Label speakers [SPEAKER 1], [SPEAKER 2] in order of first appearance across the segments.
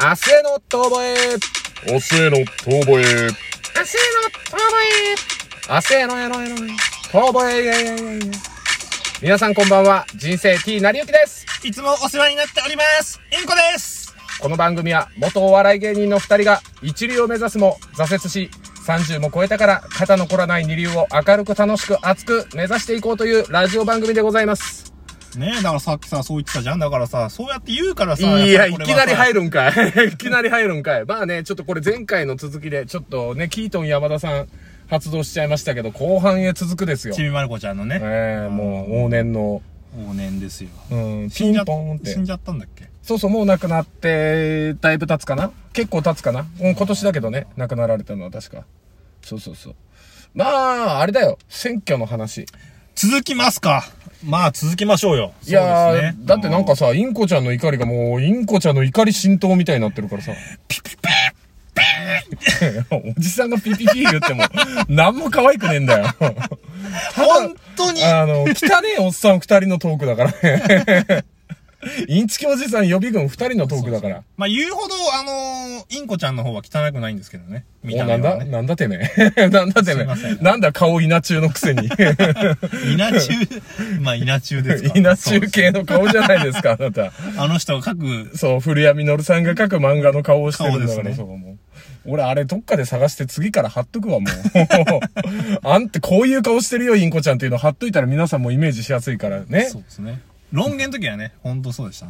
[SPEAKER 1] 明日への遠吠え
[SPEAKER 2] 明日への遠吠
[SPEAKER 1] 明
[SPEAKER 2] え。
[SPEAKER 1] 日への遠吠え明日へのえのえのえ遠吠えいやいやいやいや皆さんこんばんは、人生 T なりゆきです。
[SPEAKER 2] いつもお世話になっております。インコです。
[SPEAKER 1] この番組は元お笑い芸人の二人が一流を目指すも挫折し、30も超えたから肩の凝らない二流を明るく楽しく熱く目指していこうというラジオ番組でございます。
[SPEAKER 2] ねえ、だからさっきさ、そう言ってたじゃん。だからさ、そうやって言うから
[SPEAKER 1] い
[SPEAKER 2] さ。
[SPEAKER 1] や、いきなり入
[SPEAKER 2] る。
[SPEAKER 1] るんかい。 いきなり入るんかい。まあね、ちょっとこれ前回の続きで、ちょっとね、キートン山田さん発動しちゃいましたけど、後半へ続くですよ。
[SPEAKER 2] ちびまる子ちゃんのね、
[SPEAKER 1] ええもう往年の、
[SPEAKER 2] 往年ですよ。
[SPEAKER 1] うん、
[SPEAKER 2] 死
[SPEAKER 1] ピ
[SPEAKER 2] んじ
[SPEAKER 1] ン
[SPEAKER 2] ゃっ
[SPEAKER 1] ポンって
[SPEAKER 2] 死。んじゃったんだっけ
[SPEAKER 1] そうそう、もう亡くなって、だいぶ経つかな結構経つかな、うん、今年だけどね、亡くなられたのは確か。そうそうそう。まあ、あれだよ。選挙の話。
[SPEAKER 2] 続きますか。まあ、続きましょうよ。
[SPEAKER 1] いやー、だってなん
[SPEAKER 2] う
[SPEAKER 1] かさ、インコちゃんの怒りがもう、インコちゃんの怒り浸透みたいになってるからさ。おじさんがピピピ言っても、なんも可愛くねえんだよ。
[SPEAKER 2] 本当に
[SPEAKER 1] あの、汚えおっさん二人のトークだからね。インチキおじさん予備軍二人のトークだから。
[SPEAKER 2] まあ、言うほど、あのー、インコちゃんの方は汚くないんですけどね。見
[SPEAKER 1] おな
[SPEAKER 2] た目
[SPEAKER 1] ん
[SPEAKER 2] は
[SPEAKER 1] だ
[SPEAKER 2] ね。
[SPEAKER 1] なんだてめえ。なんだてめ
[SPEAKER 2] すいませ
[SPEAKER 1] え。
[SPEAKER 2] ん
[SPEAKER 1] なんだ顔稲中のくせに。
[SPEAKER 2] 稲中、 まあ、稲中ですから
[SPEAKER 1] 稲中系の顔じゃないですか、あなた。
[SPEAKER 2] あの人が書く、
[SPEAKER 1] そう、古谷実さんが描く漫画の顔をしてるんだか
[SPEAKER 2] 顔
[SPEAKER 1] ら、
[SPEAKER 2] です
[SPEAKER 1] そ
[SPEAKER 2] ね
[SPEAKER 1] こもう。俺、あれどっかで探して次から貼っとくわ、もう。 あんてこういう顔してるよ、インコちゃんっていうの貼っといたら皆さんもイメージしやすいからね。
[SPEAKER 2] そうですね。論言の時はね、ほんとそうでした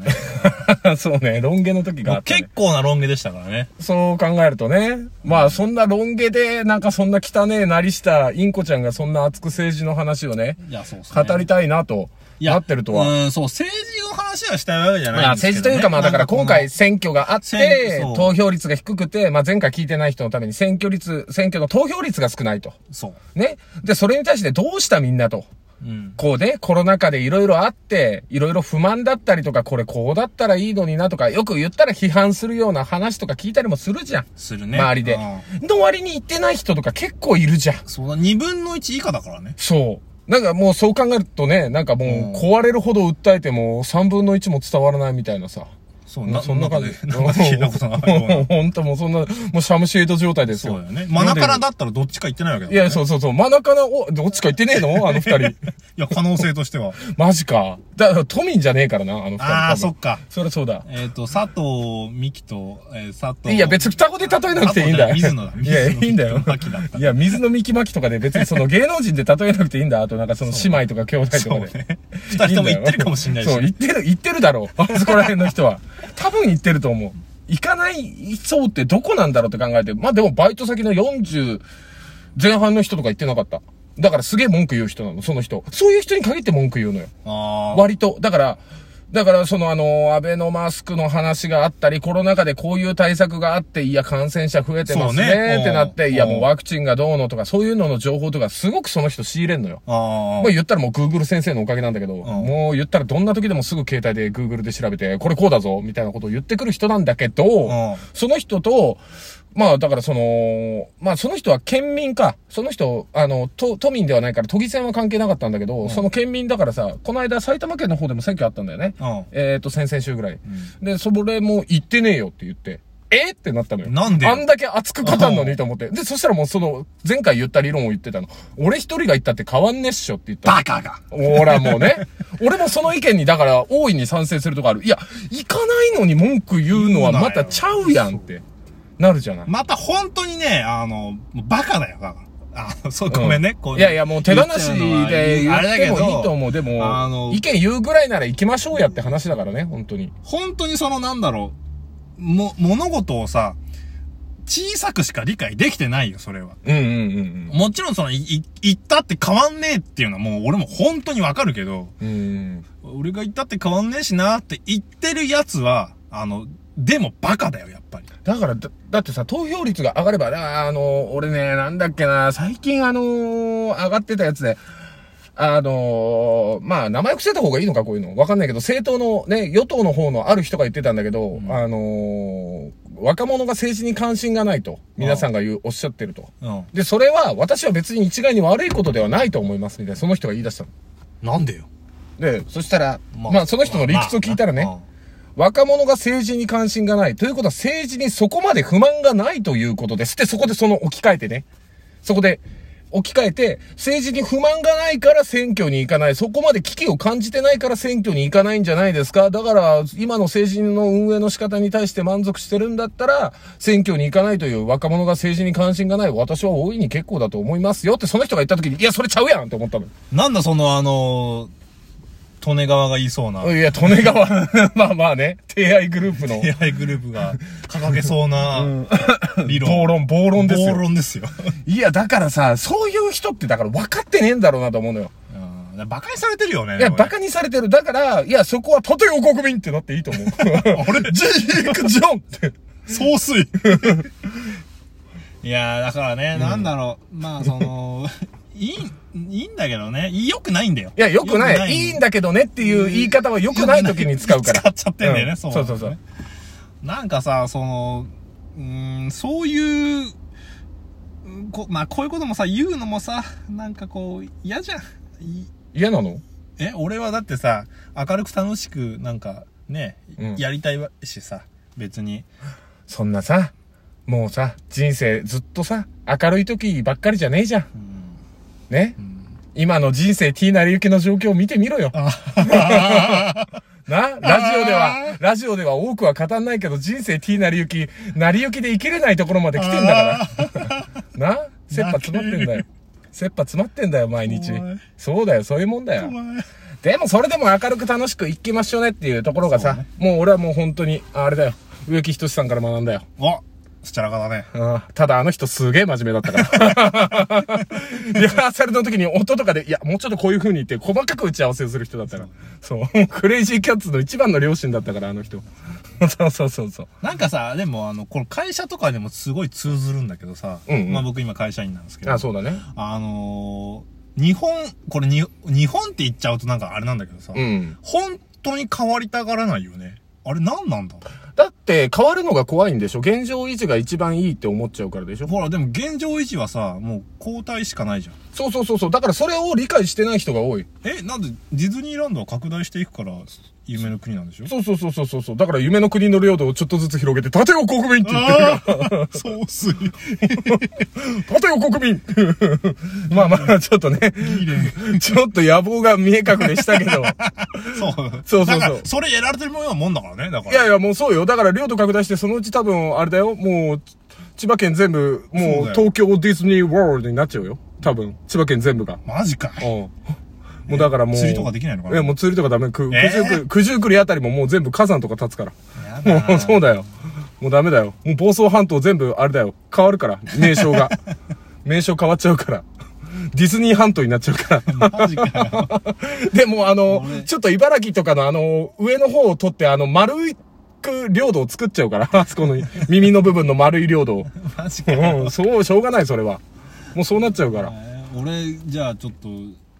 [SPEAKER 2] ね。
[SPEAKER 1] そうね、ロン毛の時があった、ね
[SPEAKER 2] 結。構なロン毛でしたからね。
[SPEAKER 1] そう考えるとね。まあ、そんなロン毛で、なんかそんな汚えなりしたインコちゃんがそんな熱く政治の話をね、
[SPEAKER 2] いや、そうですね。
[SPEAKER 1] 語りたいなと、
[SPEAKER 2] いや
[SPEAKER 1] なってるとは。
[SPEAKER 2] うん、そう、政治の話はしたいわけじゃ
[SPEAKER 1] ま
[SPEAKER 2] な
[SPEAKER 1] あ
[SPEAKER 2] いんですけど、
[SPEAKER 1] 政
[SPEAKER 2] ね。
[SPEAKER 1] 治というかまあだから今回
[SPEAKER 2] なんこ
[SPEAKER 1] 選挙があっ
[SPEAKER 2] 選
[SPEAKER 1] て
[SPEAKER 2] 挙そう、
[SPEAKER 1] 投票率が低くて、まあ前回聞いてない人のために選挙率、選挙の投票率が少ないと。
[SPEAKER 2] の。そう。
[SPEAKER 1] ね。で、それに対してどうしたみんなと。
[SPEAKER 2] うん。
[SPEAKER 1] こうね、コロナ禍でいろいろあって、いろいろ不満だったりとか、これこうだったらいいのになとか、よく言ったら批判するような話とか聞いたりもするじゃん。
[SPEAKER 2] するね。
[SPEAKER 1] 周りで
[SPEAKER 2] うん。
[SPEAKER 1] の割に言ってない人とか結構いるじゃん。
[SPEAKER 2] そうだ、二分の一以下だからね。
[SPEAKER 1] そう。なんかもうそう考えるとね、なんかもう壊れるほど訴えても3分の1も伝わらないみたいなさ。
[SPEAKER 2] そう、
[SPEAKER 1] まあ
[SPEAKER 2] な、
[SPEAKER 1] そんな感じ。
[SPEAKER 2] なんかで聞いたことないよう な。
[SPEAKER 1] ほんと もうそんな、もうシャムシェード状態です
[SPEAKER 2] そ
[SPEAKER 1] よ。
[SPEAKER 2] うだよね。マナカナ
[SPEAKER 1] だ。
[SPEAKER 2] だったらどっちか言ってないわけだ
[SPEAKER 1] い
[SPEAKER 2] から、ね。
[SPEAKER 1] や、そうそうそう。マナカナ、お、どっちか言ってねえ のあの二人。
[SPEAKER 2] いや、可能性とし ては。
[SPEAKER 1] マジか。だから、都民じゃねえからな、あの二人。
[SPEAKER 2] ああ、そ
[SPEAKER 1] 多分
[SPEAKER 2] っ。か。
[SPEAKER 1] そりゃそうだ。
[SPEAKER 2] えっ、と、佐藤美希と、えー佐藤。
[SPEAKER 1] いや、別に双子で例えなくていいんだよ。
[SPEAKER 2] あ水野だ。
[SPEAKER 1] いや、いいんだよ。
[SPEAKER 2] 秋だった
[SPEAKER 1] い。や、水の幹巻きとかで別にその芸能人で例えなくていいんだ。あとなんかその姉妹とか兄弟と
[SPEAKER 2] そう
[SPEAKER 1] かで。
[SPEAKER 2] ね。二人とも言ってるかもしれないし。
[SPEAKER 1] そう、言ってる、言ってるだろう。 あそこら辺の人は。多分言ってると思う。行かないそうってどこなんだろうって考えて。まあでもバイト先の40前半の人とか言ってなかった。だからすげえ文句言う人なの、その人。そういう人に限って文句言うのよ。
[SPEAKER 2] ああ。
[SPEAKER 1] 割と。だから、だから、そのあの、アベノマスクの話があったり、コロナ禍でこういう対策があって、いや、感染者増えてます
[SPEAKER 2] そうね
[SPEAKER 1] ね、ってなっ
[SPEAKER 2] う
[SPEAKER 1] て、
[SPEAKER 2] ん
[SPEAKER 1] いや、もうワクチンがどうのとか、そういうのの情報とか、すごくその人仕入れんのよ。
[SPEAKER 2] ああ
[SPEAKER 1] まあ。言ったらもう Google 先生のおかげなんだけど、もう言ったらどんな時でもすぐ携帯で Google で調べて、これこうだぞ、みたいなことを言ってくる人なんだけど、
[SPEAKER 2] ん
[SPEAKER 1] その人と、まあだからその、まあその人は県民か、その人、あの、都都民ではないから都議選は関係なかったんだけど、その県民だからさ、この間埼玉県の方でも選挙あったんだよね。
[SPEAKER 2] うん
[SPEAKER 1] えっ、と、先々週ぐらい。で、それも行ってねえよって言って。えってなったのよ。
[SPEAKER 2] なんでよ
[SPEAKER 1] あんだけ熱く語るのにと思って。で、そしたらもうその、前回言った理論を言ってたの。俺一人が言ったって変わんねっしょって言ったの
[SPEAKER 2] バカが。
[SPEAKER 1] ほらもうね。 俺もその意見にだから大いに賛成するとこある。いや、行かないのに文句言うのはまたちゃうやんって。なるじゃない。
[SPEAKER 2] また本当にね、あの、もうバカだよ、だから。あそう、ごめんね。こう
[SPEAKER 1] いやいや、もう手放しで言
[SPEAKER 2] あれだ
[SPEAKER 1] っ
[SPEAKER 2] け
[SPEAKER 1] て
[SPEAKER 2] ど
[SPEAKER 1] もいいと思う。で
[SPEAKER 2] あ
[SPEAKER 1] も
[SPEAKER 2] の、
[SPEAKER 1] 意見言うぐらいなら行きましょうやって話だからね、本当に。
[SPEAKER 2] 本当にそのなんだろう、も、物事をさ、小さくしか理解できてないよ、それは。
[SPEAKER 1] うんうんうん
[SPEAKER 2] もちろんその、い、い言ったって変わんねえっていうのはもう俺も本当にわかるけど、
[SPEAKER 1] うん。うん。
[SPEAKER 2] 俺が言ったって変わんねえしなって言ってるやつは、あの、でもバカだよ、やっぱり。
[SPEAKER 1] だからだ、だってさ、投票率が上がれば、あーあの、俺ね、なんだっけな、最近あのー上がってたやつで、あのーまあ、名前伏せた方がいいのか、こういうの。わかんないけど、政党のね、与党の方のある人が言ってたんだけど、あのー若者が政治に関心がないと、皆さんが言う、おっしゃってると。
[SPEAKER 2] うん。
[SPEAKER 1] で、それは、私は別に一概に悪いことではないと思います、みたいな、その人が言い出したの。
[SPEAKER 2] なんでよ。
[SPEAKER 1] で、そしたら、まあ、その人の理屈を聞いたらね、
[SPEAKER 2] まあまあ
[SPEAKER 1] 若者が政治に関心がない。ということは政治にそこまで不満がないということです。で、そこでその置き換えてね。そこで置き換えて、政治に不満がないから選挙に行かない。そこまで危機を感じてないから選挙に行かないんじゃないですか。だから、今の政治の運営の仕方に対して満足してるんだったら、選挙に行かないという若者が政治に関心がない。私は大いに結構だと思いますよって、その人が言った時に、いや、それちゃうやんって思ったの。
[SPEAKER 2] なんだそのあの、利根川が言いそうな、
[SPEAKER 1] いや、利根 川、まあまあね、提愛グループの。
[SPEAKER 2] AI グループが掲げそうな理論。
[SPEAKER 1] 暴論、暴論です
[SPEAKER 2] 暴
[SPEAKER 1] よ。
[SPEAKER 2] 論ですよ。
[SPEAKER 1] いや、だからさ、そういう人ってだから分かってねえんだろうなと思うのよ。
[SPEAKER 2] うんバカにされてるよね。
[SPEAKER 1] いや、
[SPEAKER 2] でもね
[SPEAKER 1] バカにされてる。だから、いや、そこはとても国民ってなっていいと思う。
[SPEAKER 2] あれ
[SPEAKER 1] ジェイク・ジョンって。
[SPEAKER 2] 総 帥いやー、だからね、なんだろう。まあ、その、いい、いいんだけどね。良くないんだよ。
[SPEAKER 1] いや、よくない。いいんだけどねっていう言い方はよくない時に使うから。
[SPEAKER 2] 使っちゃってんだよね、
[SPEAKER 1] う
[SPEAKER 2] そう
[SPEAKER 1] そうそうそう。
[SPEAKER 2] なんかさ、その、うーん、そういう、うんこまあ、こういうこともさ、言うのもさ、なんかこう、嫌じゃん。い
[SPEAKER 1] 嫌なの
[SPEAKER 2] え、俺はだってさ、明るく楽しく、なんか、ね、
[SPEAKER 1] うん
[SPEAKER 2] やりたいわしさ、別に。
[SPEAKER 1] そんなさ、もうさ、人生ずっとさ、明るい時ばっかりじゃねえじゃん。
[SPEAKER 2] うん
[SPEAKER 1] ね
[SPEAKER 2] う。ん
[SPEAKER 1] 今の人生 T なりゆきの状況を見てみろよ。なラジオでは、ラジオでは多くは語んないけど、人生 T なりゆき、なりゆきで生きれないところまで来てんだ から。な切羽詰まってんだよ。切羽詰まってんだよ、毎日
[SPEAKER 2] 怖い。
[SPEAKER 1] そうだよ、そういうもんだよ
[SPEAKER 2] お。前
[SPEAKER 1] でもそれでも明るく楽しくいきましょうねっていうところがさ、
[SPEAKER 2] そうね
[SPEAKER 1] もう俺はもう本当に、ああれだよ。植木仁さんから学んだよ。
[SPEAKER 2] おすちゃらかだね。
[SPEAKER 1] うんただあの人すげえ真面目だった から。リハーサルの時に音とかで、いや、もうちょっとこういう風に言って細かく打ち合わせをする人だったから。そう。 クレイジーキャッツの一番の両親だったから、あの人。 そうそうそうそう。
[SPEAKER 2] なんかさ、でもあの、この会社とかでもすごい通ずるんだけどさ、
[SPEAKER 1] うんうん
[SPEAKER 2] まあ僕今会社員なんですけど、
[SPEAKER 1] あ、そうだね。
[SPEAKER 2] あのー、日本、これに、日本って言っちゃうとなんかあれなんだけどさ、
[SPEAKER 1] うん。
[SPEAKER 2] 本当に変わりたがらないよね。あれ何なんだろう
[SPEAKER 1] だって変わるのが怖いんでしょ現状維持が一番いいって思っちゃうからでしょ
[SPEAKER 2] ほら、でも現状維持はさ、もう交代しかないじゃん。
[SPEAKER 1] そうそうそうそう。だからそれを理解してない人が多い。
[SPEAKER 2] え、なんでディズニーランドは拡大していくから、夢の国なんでしょ
[SPEAKER 1] そうそうそうそうそうそう。だから夢の国の領土をちょっとずつ広げて、盾を国民って言ってるから。
[SPEAKER 2] ああ そうすい。
[SPEAKER 1] 盾を国民 まあまあ、ちょっとね。
[SPEAKER 2] いいね。
[SPEAKER 1] ちょっと野望が見え隠れしたけ ど。
[SPEAKER 2] そう。
[SPEAKER 1] そうそうそう
[SPEAKER 2] だから、それやられてるもんはもんだからね、だか
[SPEAKER 1] い
[SPEAKER 2] ら。
[SPEAKER 1] やいや、もうそうよ。だから領土拡大して、そのうち多分、あれだよ。もう、千葉県全部、も
[SPEAKER 2] そう
[SPEAKER 1] う
[SPEAKER 2] だよ
[SPEAKER 1] 東京ディズニーワールドになっちゃうよ。多分、千葉県全部が。
[SPEAKER 2] マジか
[SPEAKER 1] うん。もうだからもう。
[SPEAKER 2] 釣りとかできないのかな
[SPEAKER 1] や、もう釣りとかダメ。く、
[SPEAKER 2] え
[SPEAKER 1] 九
[SPEAKER 2] ー
[SPEAKER 1] 十九、九十九里あたりももう全部火山とか立つから。
[SPEAKER 2] やだ
[SPEAKER 1] もう
[SPEAKER 2] な
[SPEAKER 1] そうだよ。もうダメだよ。もう房総半島全部、あれだよ。変わるから、名称 が。名称変わっちゃうから。ディズニー半島になっちゃうから。
[SPEAKER 2] マジかよ。
[SPEAKER 1] でもあの
[SPEAKER 2] 俺、
[SPEAKER 1] ちょっと茨城とかのあの、上の方を取ってあの、丸く領土を作っちゃうから、 あそこの耳の部分の丸い領土 を。
[SPEAKER 2] マジかよ。
[SPEAKER 1] うん、そう、しょうがない、それは。もうそうなっちゃうから。
[SPEAKER 2] 俺、じゃあちょっと、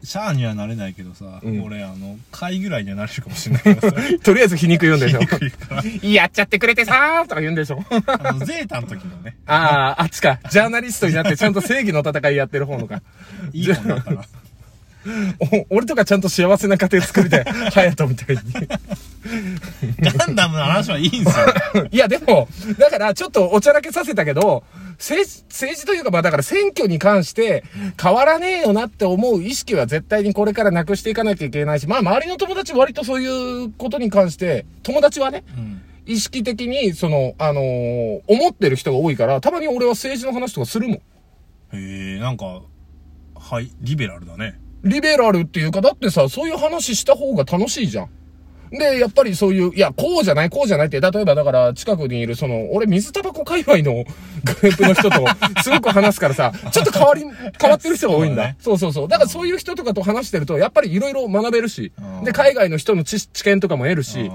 [SPEAKER 2] シャアにはなれないけどさ、
[SPEAKER 1] ん
[SPEAKER 2] 俺、あの、貝ぐらいにはなれるかもしれないからさ、
[SPEAKER 1] とりあえず皮肉言うんでしょ。
[SPEAKER 2] いいから
[SPEAKER 1] やっちゃってくれてさーとか言うんでしょ。
[SPEAKER 2] あの、ゼータの時のね、
[SPEAKER 1] ああ、あっちか。ジャーナリストになってちゃんと正義の戦いやってる方のか。
[SPEAKER 2] いい子になったら、
[SPEAKER 1] お俺とかちゃんと幸せな家庭作りたい。 ハヤトみたいに。
[SPEAKER 2] ガンダムの話はい いんすよ。
[SPEAKER 1] いや、でも、だから、ちょっとおちゃらけさせたけど、政治、政治というか、まあだから選挙に関して、変わらねえよなって思う意識は絶対にこれからなくしていかなきゃいけないし、まあ周りの友達割とそういうことに関して、友達はね、
[SPEAKER 2] うん。
[SPEAKER 1] 意識的に、その、あのー思ってる人が多いから、たまに俺は政治の話とかするもん。
[SPEAKER 2] へえ、なんか、はい、リベラルだね。
[SPEAKER 1] リベラルっていうか、だってさ、そういう話した方が楽しいじゃん。で、やっぱりそういう、いや、こうじゃない、こうじゃないって、例えばだから、近くにいる、その、俺、水タバコ界隈の グループの人と、すごく話すからさ、ちょっと変わり、変わってる人が多いんだ。そうそうそう。だからそういう人とかと話してると、やっぱりいろいろ学べるし
[SPEAKER 2] う、ん
[SPEAKER 1] で、海外の人の知知見とかも得るし
[SPEAKER 2] うん、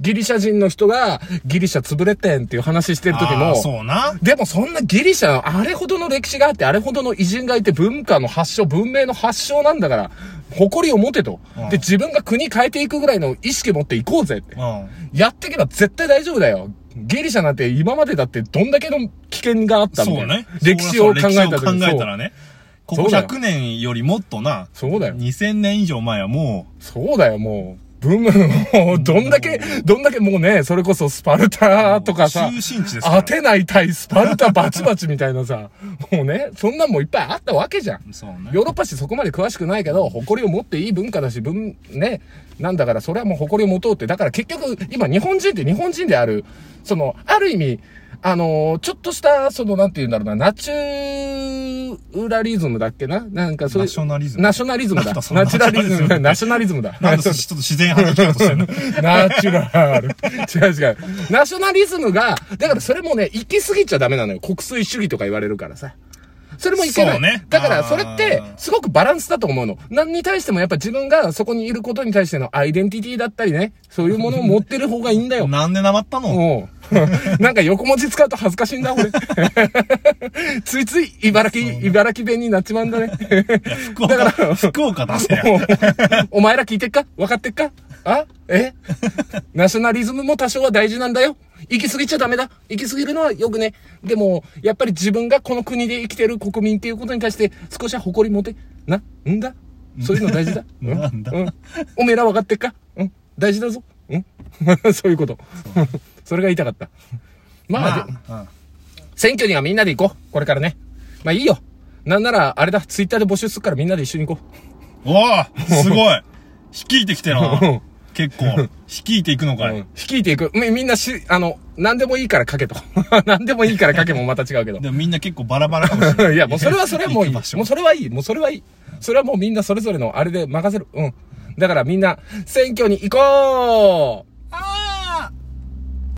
[SPEAKER 1] ギリシャ人の人が、ギリシャ潰れてんっていう話してる時
[SPEAKER 2] あ
[SPEAKER 1] も
[SPEAKER 2] ー、そうな。
[SPEAKER 1] でもそんなギリシャのあれほどの歴史があって、あれほどの偉人がいて文化の発祥、文明の発祥なんだから、誇りを持てと。
[SPEAKER 2] うん
[SPEAKER 1] で、自分が国変えていくぐらいの意識持っていこうぜって
[SPEAKER 2] う。ん。
[SPEAKER 1] やってけば絶対大丈夫だよ。ギリシャなんて今までだってどんだけの危険があったみ
[SPEAKER 2] そ
[SPEAKER 1] たいうな。
[SPEAKER 2] ね。
[SPEAKER 1] 歴史を考えた時
[SPEAKER 2] 歴史を考
[SPEAKER 1] に
[SPEAKER 2] えたらね。ここ
[SPEAKER 1] そうだよ
[SPEAKER 2] 100年よりもっとな、
[SPEAKER 1] そうそうだよ。
[SPEAKER 2] 2000年以上前はも
[SPEAKER 1] そうだよ、もう。ブムも、どんだけ、どんだけもうね、それこそスパルタとかさ、
[SPEAKER 2] 中心地ですから
[SPEAKER 1] 当てない対スパルタバチバチみたいなさ、もうね、そんなんもいっぱいあったわけじゃん。
[SPEAKER 2] そうね
[SPEAKER 1] ヨーロッパ史そこまで詳しくないけど、誇りを持っていい文化だし、文、ね、なんだから、それはもう誇りを持とうって。だから結局、今日本人って日本人である、その、ある意味、あのーちょっとした、その、なんて言うんだろうな、ナチュラリズムだっけななんかそういう。
[SPEAKER 2] ナショナリズム
[SPEAKER 1] ナショナリズムだ。
[SPEAKER 2] な
[SPEAKER 1] ナ
[SPEAKER 2] んだ
[SPEAKER 1] チ
[SPEAKER 2] その
[SPEAKER 1] ュラリズ ムだ。ナショナリズムだ。
[SPEAKER 2] なんでそれちょっと自然派に生きようとしてるの
[SPEAKER 1] ナチュラル。違う違う。ナショナリズムが、だからそれもね、行き過ぎちゃダメなのよ。国粋主義とか言われるからさ。それもいけない。
[SPEAKER 2] そうね
[SPEAKER 1] だから
[SPEAKER 2] あー
[SPEAKER 1] それって、すごくバランスだと思うの。何に対してもやっぱ自分がそこにいることに対してのアイデンティティだったりね、そういうものを持ってる方がいいん だよ。
[SPEAKER 2] なんでなまったの
[SPEAKER 1] もう なんか横文字使うと恥ずかしいんだ、俺。 ついつい茨城、茨城弁になっちまうんだね。
[SPEAKER 2] 福岡、福岡出せや。
[SPEAKER 1] お前ら聞いてっか分かってっかあえナショナリズムも多少は大事なんだよ。行き過ぎちゃダメだ。行き過ぎるのはよくね。でも、やっぱり自分がこの国で生きてる国民っていうことに対して少しは誇り持て。な、んだそういうの大事だ。う
[SPEAKER 2] なんだ
[SPEAKER 1] うん。おめえら分かってっかうん。大事だぞ。うん そういうこと。それが言いたかった。まあ、で
[SPEAKER 2] まあ、
[SPEAKER 1] 選挙にはみんなで行こう。これからね。まあいいよ。なんなら、あれだ、ツイッターで募集するからみんなで一緒に行こう。
[SPEAKER 2] うんおおすごい率いてきてる
[SPEAKER 1] うん
[SPEAKER 2] な。結構。率いていくのか
[SPEAKER 1] う
[SPEAKER 2] い
[SPEAKER 1] ん。率いていく。みみんなし、あの、何でもいいから書けと。 何でもいいから書けもまた違うけ
[SPEAKER 2] でもみんな結構バラバラかもしれな
[SPEAKER 1] ど。
[SPEAKER 2] い。
[SPEAKER 1] いや、もうそれはそれはもういい。
[SPEAKER 2] 行
[SPEAKER 1] も
[SPEAKER 2] く場所
[SPEAKER 1] うそれはいい。もうそれはいい。それはもうみんなそれぞれのあれで任せる。うん。だからみんな、選挙に行こう
[SPEAKER 2] 啊